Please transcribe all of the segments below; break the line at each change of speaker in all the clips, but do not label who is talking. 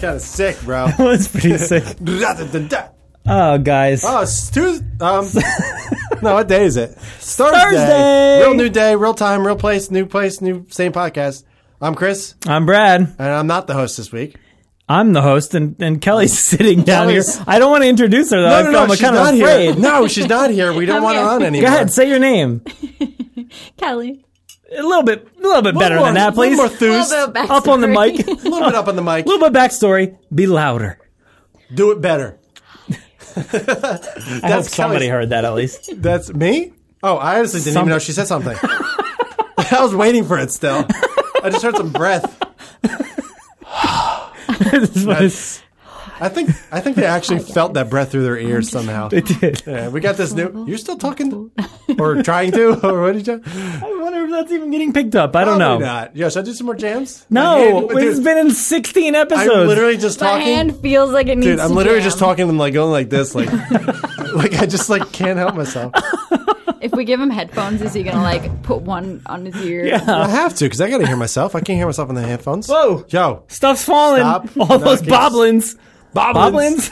kind of sick, bro.
That was pretty sick.
Da-da-da-da.
Oh, guys.
oh, it's Tuesday. Um, no, what day is it? It's Thursday.
Thursday.
Real new day, real time, real place, new place, new same podcast. I'm Chris,
I'm Brad.
and I'm not the host this week.
I'm the host, and, and Kelly's sitting down
Kelly's-
here. I don't want to introduce her, though. I feel I'm
she's
kind of
not
afraid.
here. No, she's not here. We don't want her
here.
on
Go
anymore.
Go ahead, say your name.
Kelly.
A little bit, a little bit better
more,
than that, please.
A little more
Little
thews.
bit
A
of backstory.
Up on the mic. A
little bit up on the mic.
little bit backstory. Be louder.
Do it better.
I hope somebody
Kelly's-
heard that at least.
That's me? Oh, I honestly didn't even know she said something. I was waiting for it still. I just heard some breath.
This was-
I think I think they actually felt that breath through their ears somehow.
it did.
Yeah, we got this new.
Uh-huh.
You're still talking, or trying to, or what did you?
I wonder if that's even getting picked up. I don't know.
Not. Yo, should I do some more jams?
No,
My hand-
it's
dude,
been in 16 episodes.
I'm literally just
My
talking.
hand feels like it needs
Dude, I'm
to
literally
jam.
just talking and like going like this, like, like I just like can't help myself.
If we give him headphones, is he going to like put one on his ear?
Yeah.
I have to because I got to hear myself. I can't hear myself in the headphones.
Whoa.
yo,
Stuff's falling.
Stop
All those
knocking.
boblins.
Boblins.
Boblins?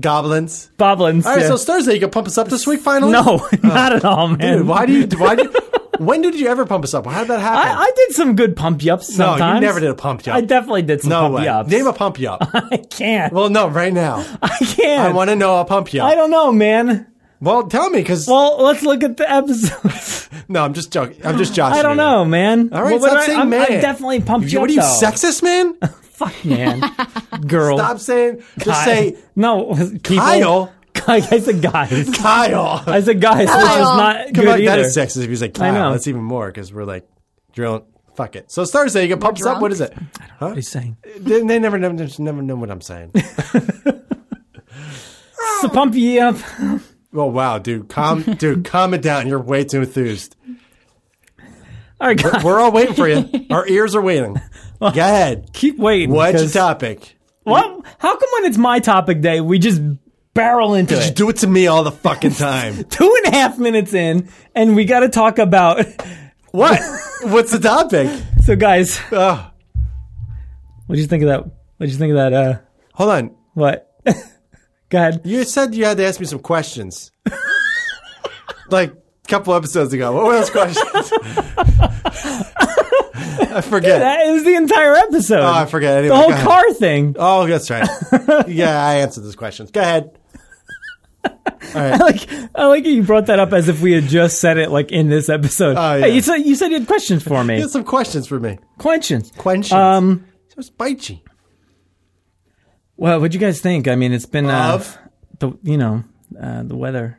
goblins.
Boblins.
All right,
yeah.
so it's Thursday. You can pump us up this week finally.
no, not at all, man.
Dude, why do you? Why do? You, when did you ever pump us up? How did that happen?
I, I did some good pump you ups
no,
sometimes.
you never did a pump you up.
I definitely did some
no
pump
way.
you ups.
Name a pump you up.
I can't.
well, no, right now.
I can't.
I
I,
want to know a pump you up.
don't know, man.
Well, tell me, because
Well, let's look at the episodes.
no, I'm just joking. I'm just joshing.
I don't
you.
know, man.
All right,
Well, what
stop
do I-
saying
I'm-
man.
I definitely pumped you
What
up,
are you,
though.
sexist man?
Fuck, man. Girl.
Stop saying. Just
Guy-
say
No, people.
Kyle.
Guy, I said guys.
Kyle.
I said guys, which is
Kyle.
not
Come
good
on,
either.
that is sexist. If you say Kyle,
know.
that's even more because we're like, drunk. Fuck it. So it's Thursday. You get pumps up.
drunk?
What is it?
What are you saying?
They, they never, never, just never know what I'm saying.
So pump you up.
oh wow, dude, calm, dude, calm it down. You're way too enthused.
All right, guys.
We're all waiting for you. Our ears are waiting. Go ahead.
Keep waiting.
What's your
because-
topic?
What? How come when it's my topic day, we just barrel into
You
it?
do it to me all the fucking time.
Two and a half minutes in, and we got to talk about.
what? What's the topic?
So, guys, what
Oh,
would you think of that? What would you think of that? Uh,
hold on.
what? Go ahead.
You said you had to ask me some questions. like a couple episodes ago. What were those questions? I forget.
That is the entire episode.
Oh, I forget. Anyway,
the whole
go ahead.
car thing.
Oh, that's right. yeah, I answered those questions. Go ahead.
I like, I like how you brought that up as if we had just said it, like in this episode.
Oh, yeah.
Hey, you said you said you had questions for me.
You had some questions for me.
Questions.
Questions.
Um,
so spicy.
Well, what'd you guys think? I mean, it's been uh,
Of?
the you know uh, the weather.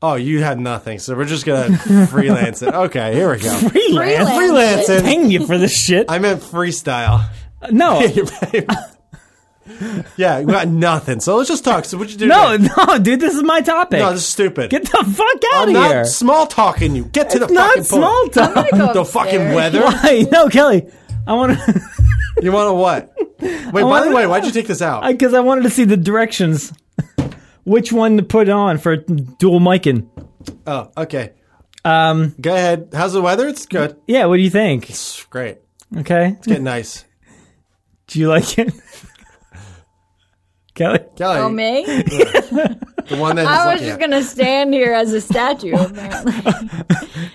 Oh, you had nothing. So we're just going to freelance it. Okay, here we go.
Freelance.
Freelance.
Freelancing.
Paying you for this shit?
I meant freestyle.
no,
yeah, we got nothing. So let's just talk. So what'd you do?
no,
today?
no, dude. This is my topic.
no, this is stupid.
Get the fuck out
I'm
of
not
here.
small talking you. Get to the fucking
Not
point.
small talk.
I'm gonna go
the fucking
upstairs.
weather.
Why? No, Kelly. I want to
You want to what? Wait, by
wanna-
the way, why'd you take this out?
because I wanted to see the directions. Which one to put on for dual micing?
oh, okay.
Um,
Go ahead. How's the weather? It's good.
yeah. What do you think?
It's great.
Okay.
Get nice.
Do you like it, Kelly?
Kelly,
Oh, me?
the one that
I was
he's
just
looking
going to stand here as a statue, apparently.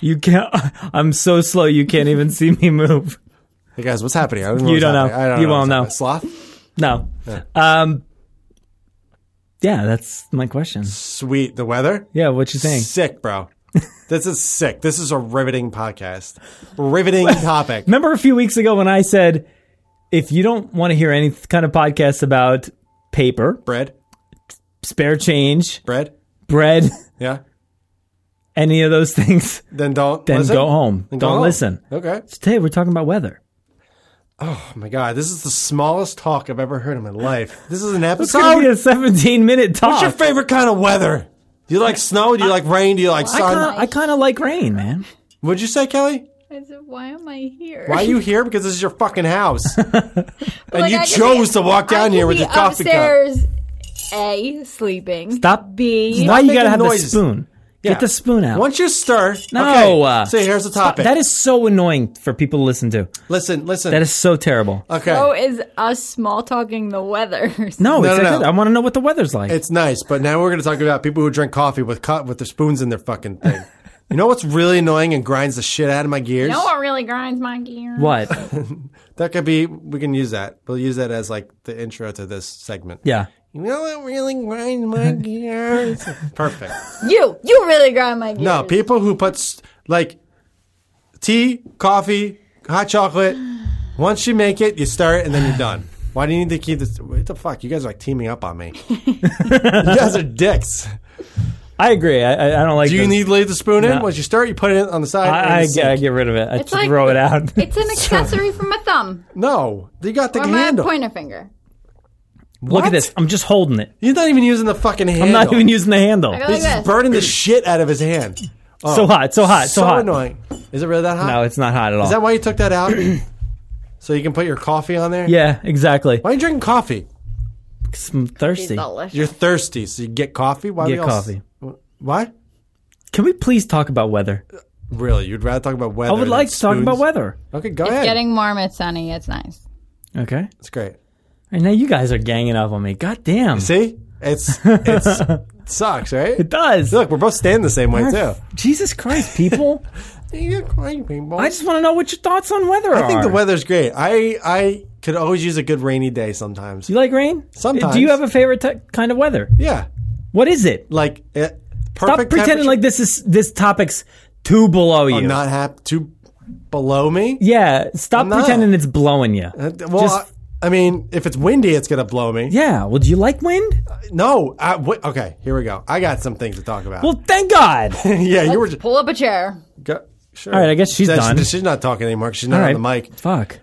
You can't. I'm so slow. You can't even see me move.
at. Hey guys, what's happening? I don't know
You
what's
don't know.
happening. I don't
You
know
won't know.
what's happening. Sloth.
No. Um. Yeah, that's my question.
Sweet. The weather.
Yeah, what you think?
Sick, bro. this is sick. This is a riveting podcast. Riveting topic.
Remember a few weeks ago when I said, if you don't want to hear any kind of podcast about paper,
Bread.
spare change,
Bread.
bread,
Yeah.
any of those things,
Then don't.
then
listen.
go home.
Then go
don't
home.
listen.
Okay.
Today we're talking about weather.
Oh my god, this is the smallest talk I've ever heard in my life. This is an
It's going to be
episode.
a 17 minute
What's
talk.
your favorite kind of weather? Do you like snow? Do you like rain? Do you like
I
sun?
kinda- I kind of like rain, man.
What'd you say, Kelly?
I said, why am I here?
Why are you here? Because this is your fucking house, and
Like,
you
I could
chose
be-
to walk
I
down
could
here with
be
your coffee cup.
upstairs, A, sleeping.
Stop.
B.
Why you
making
gotta have
noises.
the spoon? Get the spoon out.
Once you stir,
No,
Okay,
uh,
so here's the
Stop-
topic.
That is so annoying for people to listen to.
listen, listen.
That is so terrible.
okay.
So is us small talking the weather.
No,
no,
exactly.
no.
I want to know what the weather's like.
It's nice, but now we're going to talk about people who drink coffee with cut with their spoons in their fucking thing. you know what's really annoying and grinds the shit out of my gears?
No one really grinds my gears.
what?
That could be. We can use that. We'll use that as like the intro to this segment.
Yeah.
You know what really grinds my gears? Perfect.
You, you really grind my gears.
No, people who put s- like tea, coffee, hot chocolate. Once you make it, you stir it, and then you're done. Why do you need to keep this? What the fuck? You guys are like teaming up on me. you guys are dicks.
I agree. I, I- I don't like.
Do you
this.
need to leave the spoon in?
No.
Once you stir it, you put it on the side. or in the
I, I,
sink.
I get rid of it. I
It's
just
like-
throw it out.
It's an accessory for my thumb
No, you got the
or my
handle.
pointer finger.
Look
What?
at this. I'm just holding it.
You're not even using the fucking handle.
I'm not even using the handle.
I go like
This is
this.
burning the shit out of his hand.
So hot. So hot. So,
so
hot.
annoying. Is it really that hot?
No, it's not hot at all.
Is that why you took that out? so you can put your coffee on there?
yeah, exactly.
Why are you drinking coffee?
'Cause I'm
It's
thirsty.
delicious.
You're thirsty, so you get coffee. Why
Get
we all s-
coffee.
What?
Can we please talk about weather?
Really? You'd rather talk about weather?
I would
than
like to talk
Uh, spoons?
about weather.
Okay, go
It's
ahead.
getting warm. It's sunny. It's nice.
Okay.
it's great.
And now you guys are ganging up on me. God damn.
See, it's it's it sucks, right?
It does.
Look, we're both standing the same way too.
Jesus Christ, people.
You're crazy, people.
I just want to know what your thoughts on weather are.
I think the weather's great. I I could always use a good rainy day sometimes.
You like rain?
Sometimes.
Do you have a favorite t- kind of weather?
Yeah,
What is it?
like it, perfect.
Stop pretending
temperature-
like this is this topic's too below you.
I'm not happy to below me.
yeah, stop
I'm not.
pretending it's blowing you.
Uh, Well,
Just-
I, I mean, if it's windy, it's gonna blow me.
yeah. Well, do you like wind?
No, I, wait, okay, here we go. I got some things to talk about.
Well, thank God. All
yeah, you were. Just,
Pull up a chair.
go, sure.
All right, I guess she's
That's-
done.
She's not talking anymore. 'cause She's not
right.
on the mic.
Fuck.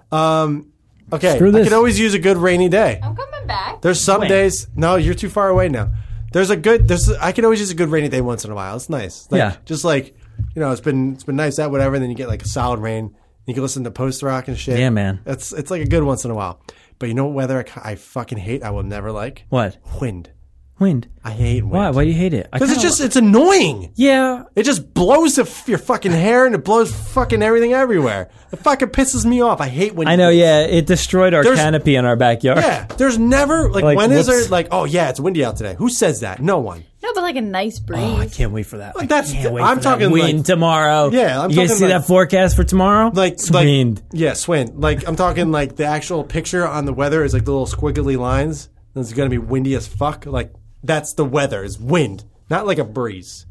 Okay,
Screw
I
this.
could always use a good rainy day.
I'm coming back.
There's some
When?
days. No, you're too far away now. There's a good. There's. I can always use a good rainy day once in a while. It's nice. Like,
Yeah.
Just like you know, it's been it's been nice that whatever. And then you get like a solid rain. You can listen to post rock and shit.
Yeah, man.
It's it's like a good once in a while. But you know what weather I, ca- I fucking hate. I will never like
what?
wind.
Wind.
I hate wind.
Why? Why do you hate it? I
Because it's
kinda-
just it's annoying.
Yeah.
It just blows the, f- your fucking hair and it blows fucking everything everywhere. It fucking pisses me off. I hate when
I know. Yeah, it destroyed our
There's-
canopy in our backyard.
Yeah, there's never like,
Like,
when is
whoops.
there like oh yeah it's windy out today? Who says that? No one.
No, but like a nice breeze.
Oh, I can't wait for that. I
that's-
can't wait
I'm
for
talking
that wind
like-
tomorrow.
Yeah, I'm
you guys
talking
see
like-
that forecast for tomorrow?
Like
it's
like
wind.
yeah, Swin. Like I'm talking like the actual picture on the weather is like the little squiggly lines. And it's gonna be windy as fuck. Like that's the weather is wind, not like a breeze.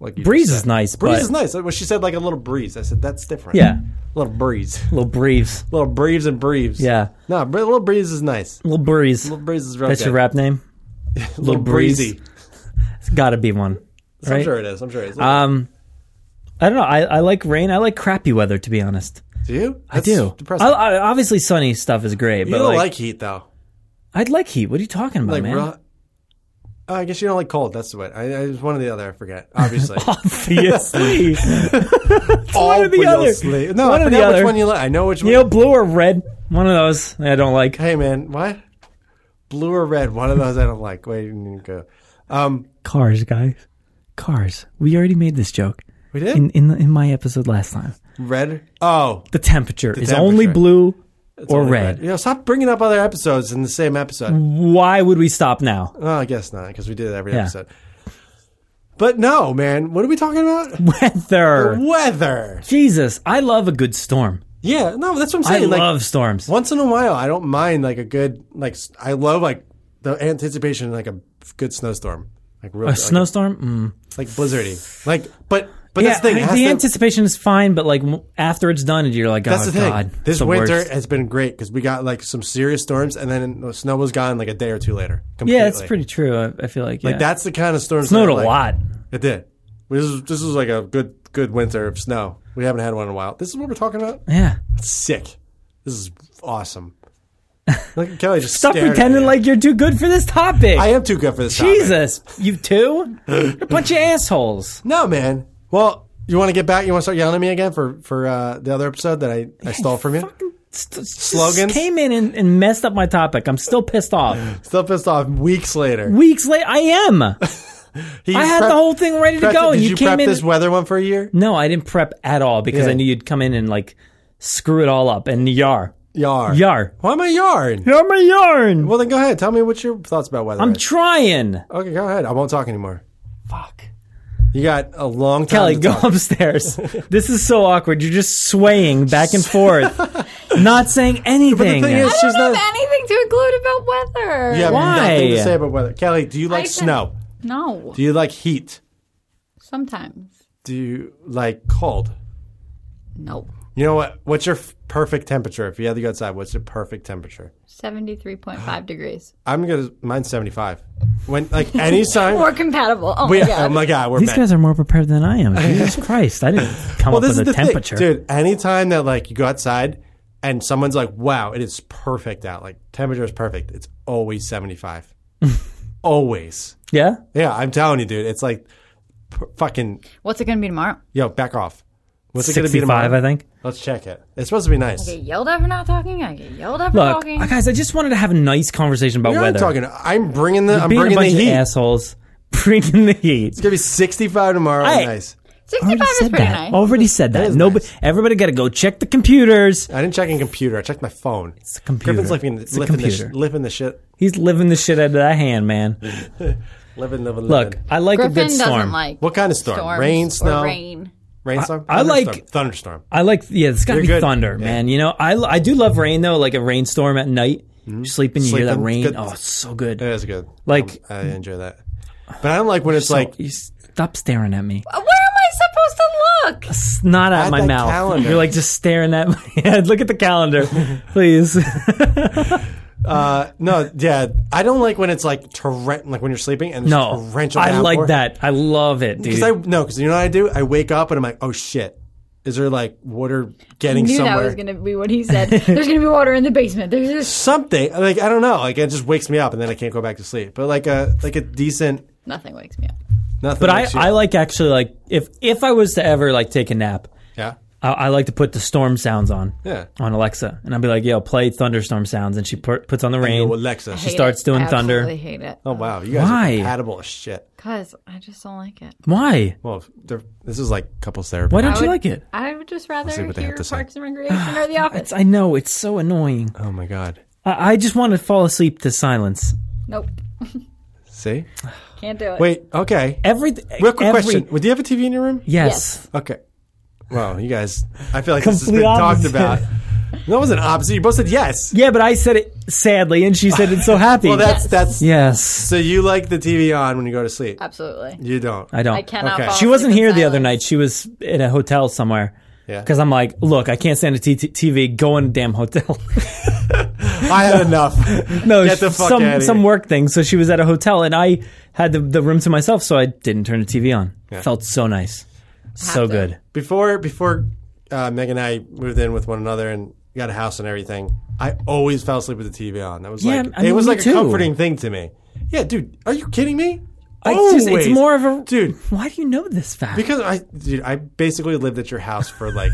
Like you
Breeze
just
is
said.
nice,
Breeze
but-
is nice. Like, When she said like a little breeze, I said that's different.
Yeah.
little breeze,
Little breeze.
little breeze and breeze.
Yeah.
no, br- little breeze is nice.
Little breeze.
Little breeze is real
That's
good.
your rap name.
Little breezy.
It's got to be one,
I'm
right?
sure it is. I'm sure it is.
Um, I don't know. I, I like rain. I like crappy weather, to be honest.
do you?
I do.
Depressing.
I, I, obviously, sunny stuff is great,
you
but
don't
like,
like, heat though.
I'd like heat. What are you talking about,
Like
man?
real- Oh, I guess you don't like cold. That's what I, I it's one or the other. I forget. Obviously,
Obviously, one or the
Obviously.
other.
No,
One
I
or the
forget which
other.
one you like. I know which one.
you know, blue or red. One of those I don't like.
Hey man, what? Blue or red? One of those I don't like. Wait, you didn't go. Um,
Cars, guys. Cars. We already made this joke
we did
in in, the, in my episode last time.
red. Oh,
The temperature is
temperature.
only blue or
only
red.
You know, stop bringing up other episodes in the same episode.
Why would we stop now?
Oh, I guess not because we did it every
Yeah.
episode. But no, man. What are we talking about?
Weather.
Weather.
Jesus, I love a good storm.
Yeah, no, that's what I'm
I
saying. like,
love storms.
Once in a while, I don't mind like a good like s- I love like the anticipation of, like a good snowstorm, like real
A
like,
snowstorm? Mm.
like blizzardy. Like, but but
Yeah,
that's the thing. it has
the
to-
anticipation is fine, but like w- after it's done, you're like, oh
that's the thing.
god, it's
this
the
winter
worst.
has been great because we got like some serious storms, and then the snow was gone like a day or two later. Completely.
yeah, it's pretty true. I, I feel like yeah.
Like that's the kind of storm.
snowed a lot.
It did. This is this is like a good good winter of snow. We haven't had one in a while. This is what we're talking about.
Yeah,
It's sick. This is awesome. Look, at Kelly just
stop
stared at
pretending
me.
like you're too good for this topic.
I am too good for this. topic.
Jesus, you two, you're a bunch of assholes.
No, man. Well, you want to get back? You want to start yelling at me again for for uh, the other episode that I, I stole from you?
St- just
Slogans?
came in and, and messed up my topic. I'm still pissed off.
Still pissed off weeks later.
Weeks later, I am.
He
I had
prep-
the whole thing ready to
prepped
go,
it.
and
Did
you,
you,
came
prep
in.
this weather one for a year?
no, I didn't prep at all because
Yeah.
I knew you'd come in and like screw it all up. And yar,
Yarn.
yar,
Why am I yarn?
yar my yarn.
Well, then go ahead. Tell me what your thoughts about weather.
I'm
is.
trying.
okay, go ahead. I won't talk anymore.
Fuck.
You got a long time.
Kelly,
to
go
talk.
upstairs. this is so awkward. You're just swaying back and forth, not saying
But the
anything.
thing is,
I
she's
don't have
not.
anything to include about weather.
You have
Why?
nothing to say about weather. Kelly, do you like
I said-
snow?
No.
Do you like heat?
Sometimes.
Do you like cold?
No.
You know what? What's your f- perfect temperature? If you had to go outside, what's your perfect temperature?
73.5 degrees.
I'm gonna mine's 75. When like any time,
More compatible. Oh,
we,
my God.
oh my god, we're
These
men.
guys are more prepared than I am. Jesus Christ, I didn't come
well,
up
this
with
is
a
the
temperature.
thing, dude. Anytime that like you go outside and someone's like, "Wow, it is perfect out. Like temperature is perfect. It's always 75. always.
Yeah,
Yeah, I'm telling you, dude. It's like p- fucking
What's it going to be tomorrow?
yo, back off. What's it gonna be
sixty-five,
tomorrow?
I think.
Let's check it. It's supposed to be nice.
I get yelled at for not talking. I get yelled at for
Look, uh,
talking.
guys, I just wanted to have a nice conversation about
You're not
weather.
talking. I'm bringing the. I'm
Being
bringing
a
the
bunch
heat.
of
It's
assholes, bringing the heat.
gonna be 65 tomorrow.
Hey.
Nice.
65 is
said
pretty
that.
Oh,
nice.
Already said that.
is
Nobody, everybody, got to go check the computers.
I didn't check in computer. I checked my phone. It's
a computer.
Griffin's lifting,
It's a
lifting, The,
computer.
sh- lifting the shit.
He's living the shit out of that hand, man.
Living, living,
Look,
living.
I like
Griffin
a good storm.
doesn't like
What kind of storm?
storms
Rain, snow,
or rain.
rainstorm.
I- I like-
Thunderstorm. thunderstorm.
I like yeah, it's got to
You're
be
good.
thunder,
Yeah.
man. You know, I I do love rain though, like a rainstorm at night. You're sleeping, you hear that
Mm-hmm. Sleeping,
rain.
good.
Oh, it's so good.
It is good.
Like-
Um, I enjoy that. But I don't like when it's
So-
like
you s- stop staring at me.
Where am I supposed to look?
It's not at
At
my
that
mouth.
calendar.
You're like just staring at my head. Look at the calendar, please.
uh, no, yeah. I don't like when it's like torrent, like when you're sleeping and it's
no,
torrential.
I like
downpour.
that. I love it, dude.
because I no, because you know what I do? I wake up and I'm like, oh shit, is there like water getting
knew
somewhere?
that was going to be what he said. There's going to be water in the basement. There's just
something like I don't know. Like it just wakes me up, and then I can't go back to sleep. But like a like a decent
nothing wakes me up.
nothing.
but I,
makes you-
I like actually like if if I was to ever like take a nap,
yeah
I, I like to put the storm sounds on
yeah.
on Alexa, and I'll be like, "Yo, play thunderstorm sounds," and she put, puts on the
Yo,
rain.
Alexa.
Hate
starts
it.
doing thunder.
Absolutely hate it.
oh wow, you guys
Why?
are compatible as shit.
Cause I just don't like it.
Why?
Well, they're- this is like couples therapy.
Why don't
I
you
would-
like it?
I would just
see
rather
what they have
hear
to say.
Parks and Recreation or The Office.
It's, I know it's so annoying.
oh my god.
I, I just want to fall asleep to silence.
nope,
See?
can't do it.
Wait. Okay.
Every
Real quick
every-
question. Would you have a TV in your room?
Yes.
Okay. Wow, you guys. I feel like this has
Complete
been
opposite.
talked about. That wasn't opposite. You both said yes.
Yeah, but I said it sadly, and she said it so happy.
Well, that's that's.
yes.
So you like the TV on when you go to
Uh,
sleep?
Absolutely.
You don't.
I don't.
I cannot.
Okay.
fall
she wasn't
asleep
here
in
the other night.
silence.
She was in a hotel somewhere.
Yeah.
Because I'm like, look, I can't stand a t- t- TV. Go in a damn hotel.
I had enough.
no,
Get the
she-
fuck
some
outta
some
here.
work thing. So she was at a hotel, and I had the, the room to myself, so I didn't turn the TV on. Felt so nice, so
to.
good.
before before uh, Meg and I moved in with one another and got a house and everything, I always fell asleep with the TV on. That was
Yeah,
like
I mean,
it was
me
like
too.
a comforting thing to me. Yeah, dude, are you kidding me?
I just, it's more of a
dude.
Why do you know this fact?
Because I, dude, I basically lived at your house for like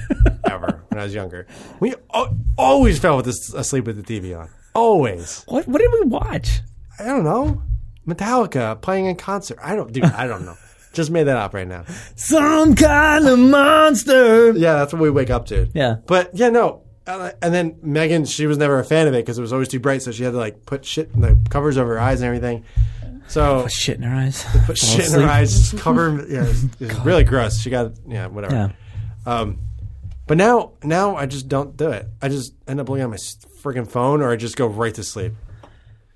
ever when I was younger. We al- always fell with this, asleep with the TV on. Always.
what what did we watch?
I don't know. Metallica playing in concert. I don't, dude. I don't know. Just made that up right now.
Some kind of monster.
Yeah, that's what we wake up to.
Yeah.
But yeah, no. Uh, And then Megan, she was never a fan of it because it was always too bright, so she had to like put shit in the covers over her eyes and everything. So
Shit in her eyes.
put shit in her eyes, just cover. Yeah, it was, it was really gross. She got yeah, whatever.
Yeah.
Um, but now, now I just don't do it. I just end up looking at my freaking phone, or I just go right to sleep.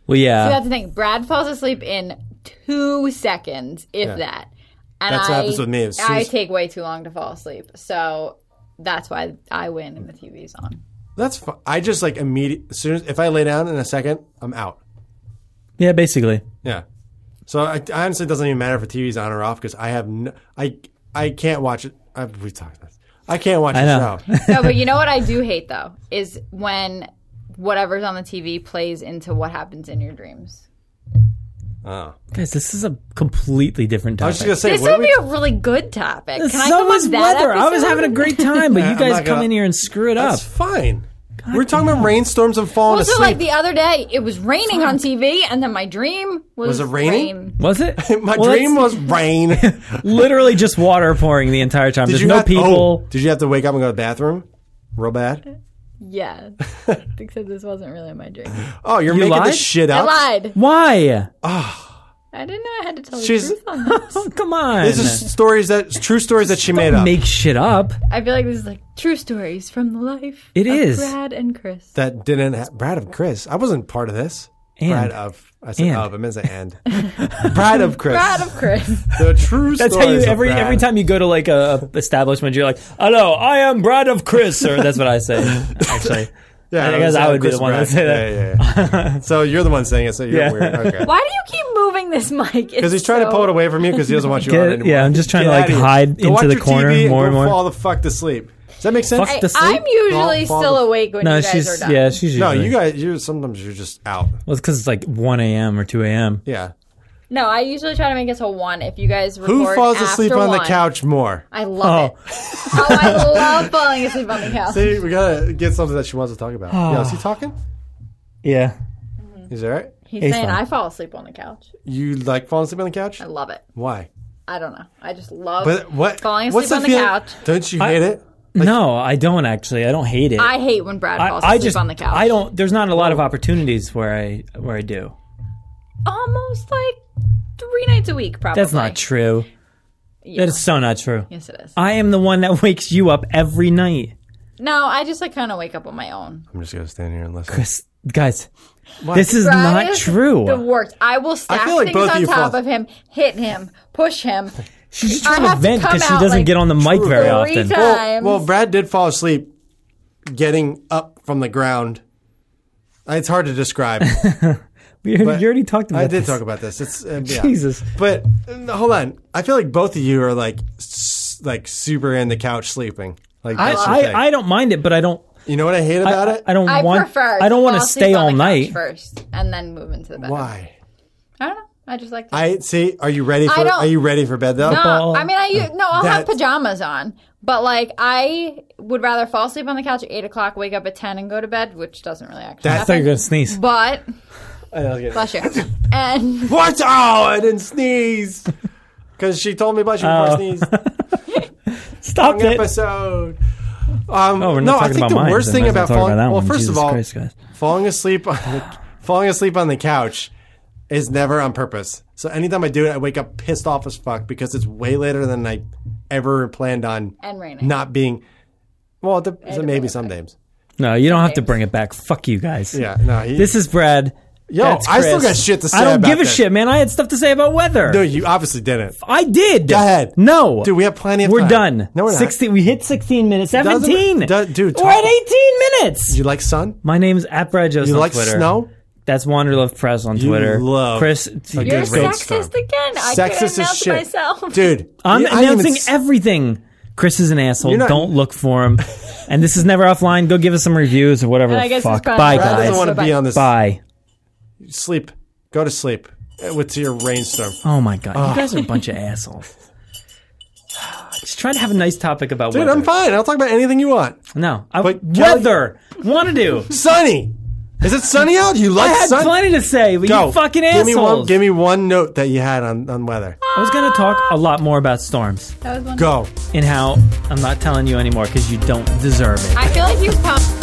Well,
You
yeah.
have to think. Brad falls asleep in two seconds, if that. And
That's
I,
what happens with me. As soon
I
as-
take way too long to fall asleep, so that's why I win and the TV's on.
That's fine. I just like immediate. As soon as if I lay down in a second, I'm out.
Yeah, basically.
Yeah. So I, I honestly, it doesn't even matter if a TV's on or off because I have no, I I can't watch it. I, we talked about this. I can't watch the
know.
show.
No, but you know what I do hate though is when whatever's on the TV plays into what happens in your dreams.
Oh.
Guys, this is a completely different
I
topic.
was just gonna say,
This
what
would
are we,
be a really good topic. Can I
so
come
was
up with that
weather. I was
episode?
having a great time, but
Yeah,
you
I'm
guys
not
come
gonna-
in here and screw it up.
that's fine.
God,
We're talking about rainstorms and falling
Also,
asleep.
like the other day, it was raining on TV, and then my dream was,
Was it raining?
rain.
Was it?
My
Well,
dream
that's
was rain.
literally just water pouring the entire time. There's no
have,
people.
oh, did you have to wake up and go to the bathroom? Real bad.
Yeah, except this wasn't really my dream.
Oh, you're making
lied?
this shit
I
up.
lied.
Why?
I didn't know I had to tell
She's-
the truth on this.
Oh, come on.
This is stories that true stories that she made up.
Make shit up.
I feel like this is like true stories from the life.
It
of
is.
Brad and Chris.
that didn't. Ha- Brad of Chris. I wasn't part of this.
And.
Brad of. I said
And.
of. I meant to say and. Brad of Chris.
Brad of Chris.
the true.
That's how you
stories of
every
Brad.
every time you go to like a, a establishment, you're like, "Hello, I am Brad of Chris," or that's what I say. Actually,
Yeah,
I guess I
of
would be
Chris
the one
Brad.
that say that.
Yeah, yeah, yeah. so you're the one saying it. So you're
Yeah.
weird. Okay.
Why do you keep moving this mic?
Because he's trying to pull it away from you because he doesn't want you on
Get,
anymore.
yeah, I'm just trying
Get
to
out
like
of here.
hide
Go watch
into the
your
corner
TV
more and
go
more.
Fall the fuck to sleep. Does that make sense?
Fuck
I,
to sleep?
I'm usually
Fall- fall
still
to-
awake when
no,
you guys
she's
are done.
yeah, she's
No,
usually,
you guys. You sometimes you're just out.
Well, it's because it's like 1 a.m. or 2 a.m.
Yeah.
No, I usually try to make it till one. If you guys record
Who falls
after
asleep on the
one.
couch more?
I love it. Oh, I love falling asleep on the couch.
See, we gotta get something that she wants to talk about. Yeah, is he talking?
Yeah,
Is that right?
He's
He's
saying
fine.
I fall asleep on the couch.
You like falling asleep on the couch?
I love it.
Why?
I don't know. I just love
But what?
falling asleep
what's
on the
feeling-
couch.
Don't you hate it?
no, I don't actually. I don't hate it.
I hate when Brad
I,
falls
I
asleep
just
on the couch.
I don't. There's not a lot of opportunities where I where I do.
Almost like three nights a week, probably.
That's not true.
Yeah.
That is so not true.
Yes, it is.
I am the one that wakes you up every night.
No, I just like kind of wake up on my own.
I'm just gonna stand here and listen.
This- guys, this is
Brad
not
is
true.
The worst. I will stack
feel like
things
both of
on
you
top
fall-
of him, hit him, push him.
She's just
I
trying to
have to
vent
come
because she
out,
doesn't
like,
get on the mic
True.
very
Three
often.
times.
Well,
times.
well, Brad did fall asleep getting up from the ground. It's hard to describe.
You you already talked about
I did
this.
talk about this. It's uh, yeah.
Jesus.
But uh, hold on, I feel like both of you are like s- like super in the couch sleeping. Like
I,
that's your thing.
I, I don't mind it, but I don't.
you know what I hate about
I,
it?
I don't
I
want.
prefer.
I don't want
fall
to
asleep
stay
on
all
the couch
night.
first, and then move into the bed.
Why?
I don't know. I just like. To
I see. Are you ready for?
don't-
Are you ready for bed though?
football.
No, I mean, I u- no, I'll have
That-
pajamas on, but like I would rather fall asleep on the couch at eight o'clock, wake up at ten, and go to bed, which doesn't really actually
I thought you were
happen.
gonna sneeze.
But
I know, I was getting-
bless you, and
What? Oh, I didn't sneeze because she told me about you before I
Oh.
sneezed.
Stop it.
episode. Um,
Oh, we're not
no, I
talking
think
about
the
mine,
worst
so
thing
might as well
about
talk about
falling.
that
well,
one.
first
Jesus
of all,
Christ, guys.
falling asleep on the, falling asleep on the couch is never on purpose. So anytime I do it, I wake up pissed off as fuck because it's way later than I ever planned on.
and raining.
Not being well, it, it maybe sometimes.
No, you don't have to bring it back. Fuck you guys.
Yeah, no. He,
This is Brad.
yo,
That's
I still
Chris.
got shit to say.
I don't
about
give a
this.
shit, man. I had stuff to say about weather.
No, you obviously didn't.
I did.
Go ahead.
No,
Dude, we have plenty of
We're
time.
done.
No, we're not.
16, we hit 16 minutes. 17.
doesn't- dude,
we're at
talk-
18 minutes.
You like sun?
My name's at Brad Joseph
You
on
like
Twitter.
snow?
That's Wanderlove Press on
You
Twitter.
love
Chris.
a
You're
good rainstorm.
sexist again. I could
Sexist as
announce
shit,
myself.
dude.
I'm
yeah, I didn't even
announcing
s-
everything. Chris is an asshole.
You're not-
Don't look for him. and this is never offline. Go give us some reviews or whatever
And I
the
guess
fuck.
it's fine.
Bye,
Brad
Brad
guys.
doesn't want to be
Bye-bye.
on this.
Bye.
Sleep. Go to sleep. Uh, With your rainstorm.
Oh my god, you guys are a bunch of assholes. Just trying to have a nice topic about
Dude,
weather.
I'm fine. I'll talk about anything you want.
no, I,
But Kelly-
weather. Want to do?
Sunny. Is it sunny out? You
I
like
had
sun?
plenty to say, but
Go.
you fucking
give
assholes.
me one. Give me one note that you had on, on weather.
I was going to talk a lot more about storms
That was one.
Go.
and how I'm not telling you anymore because you don't deserve it.
I feel like you. Pop-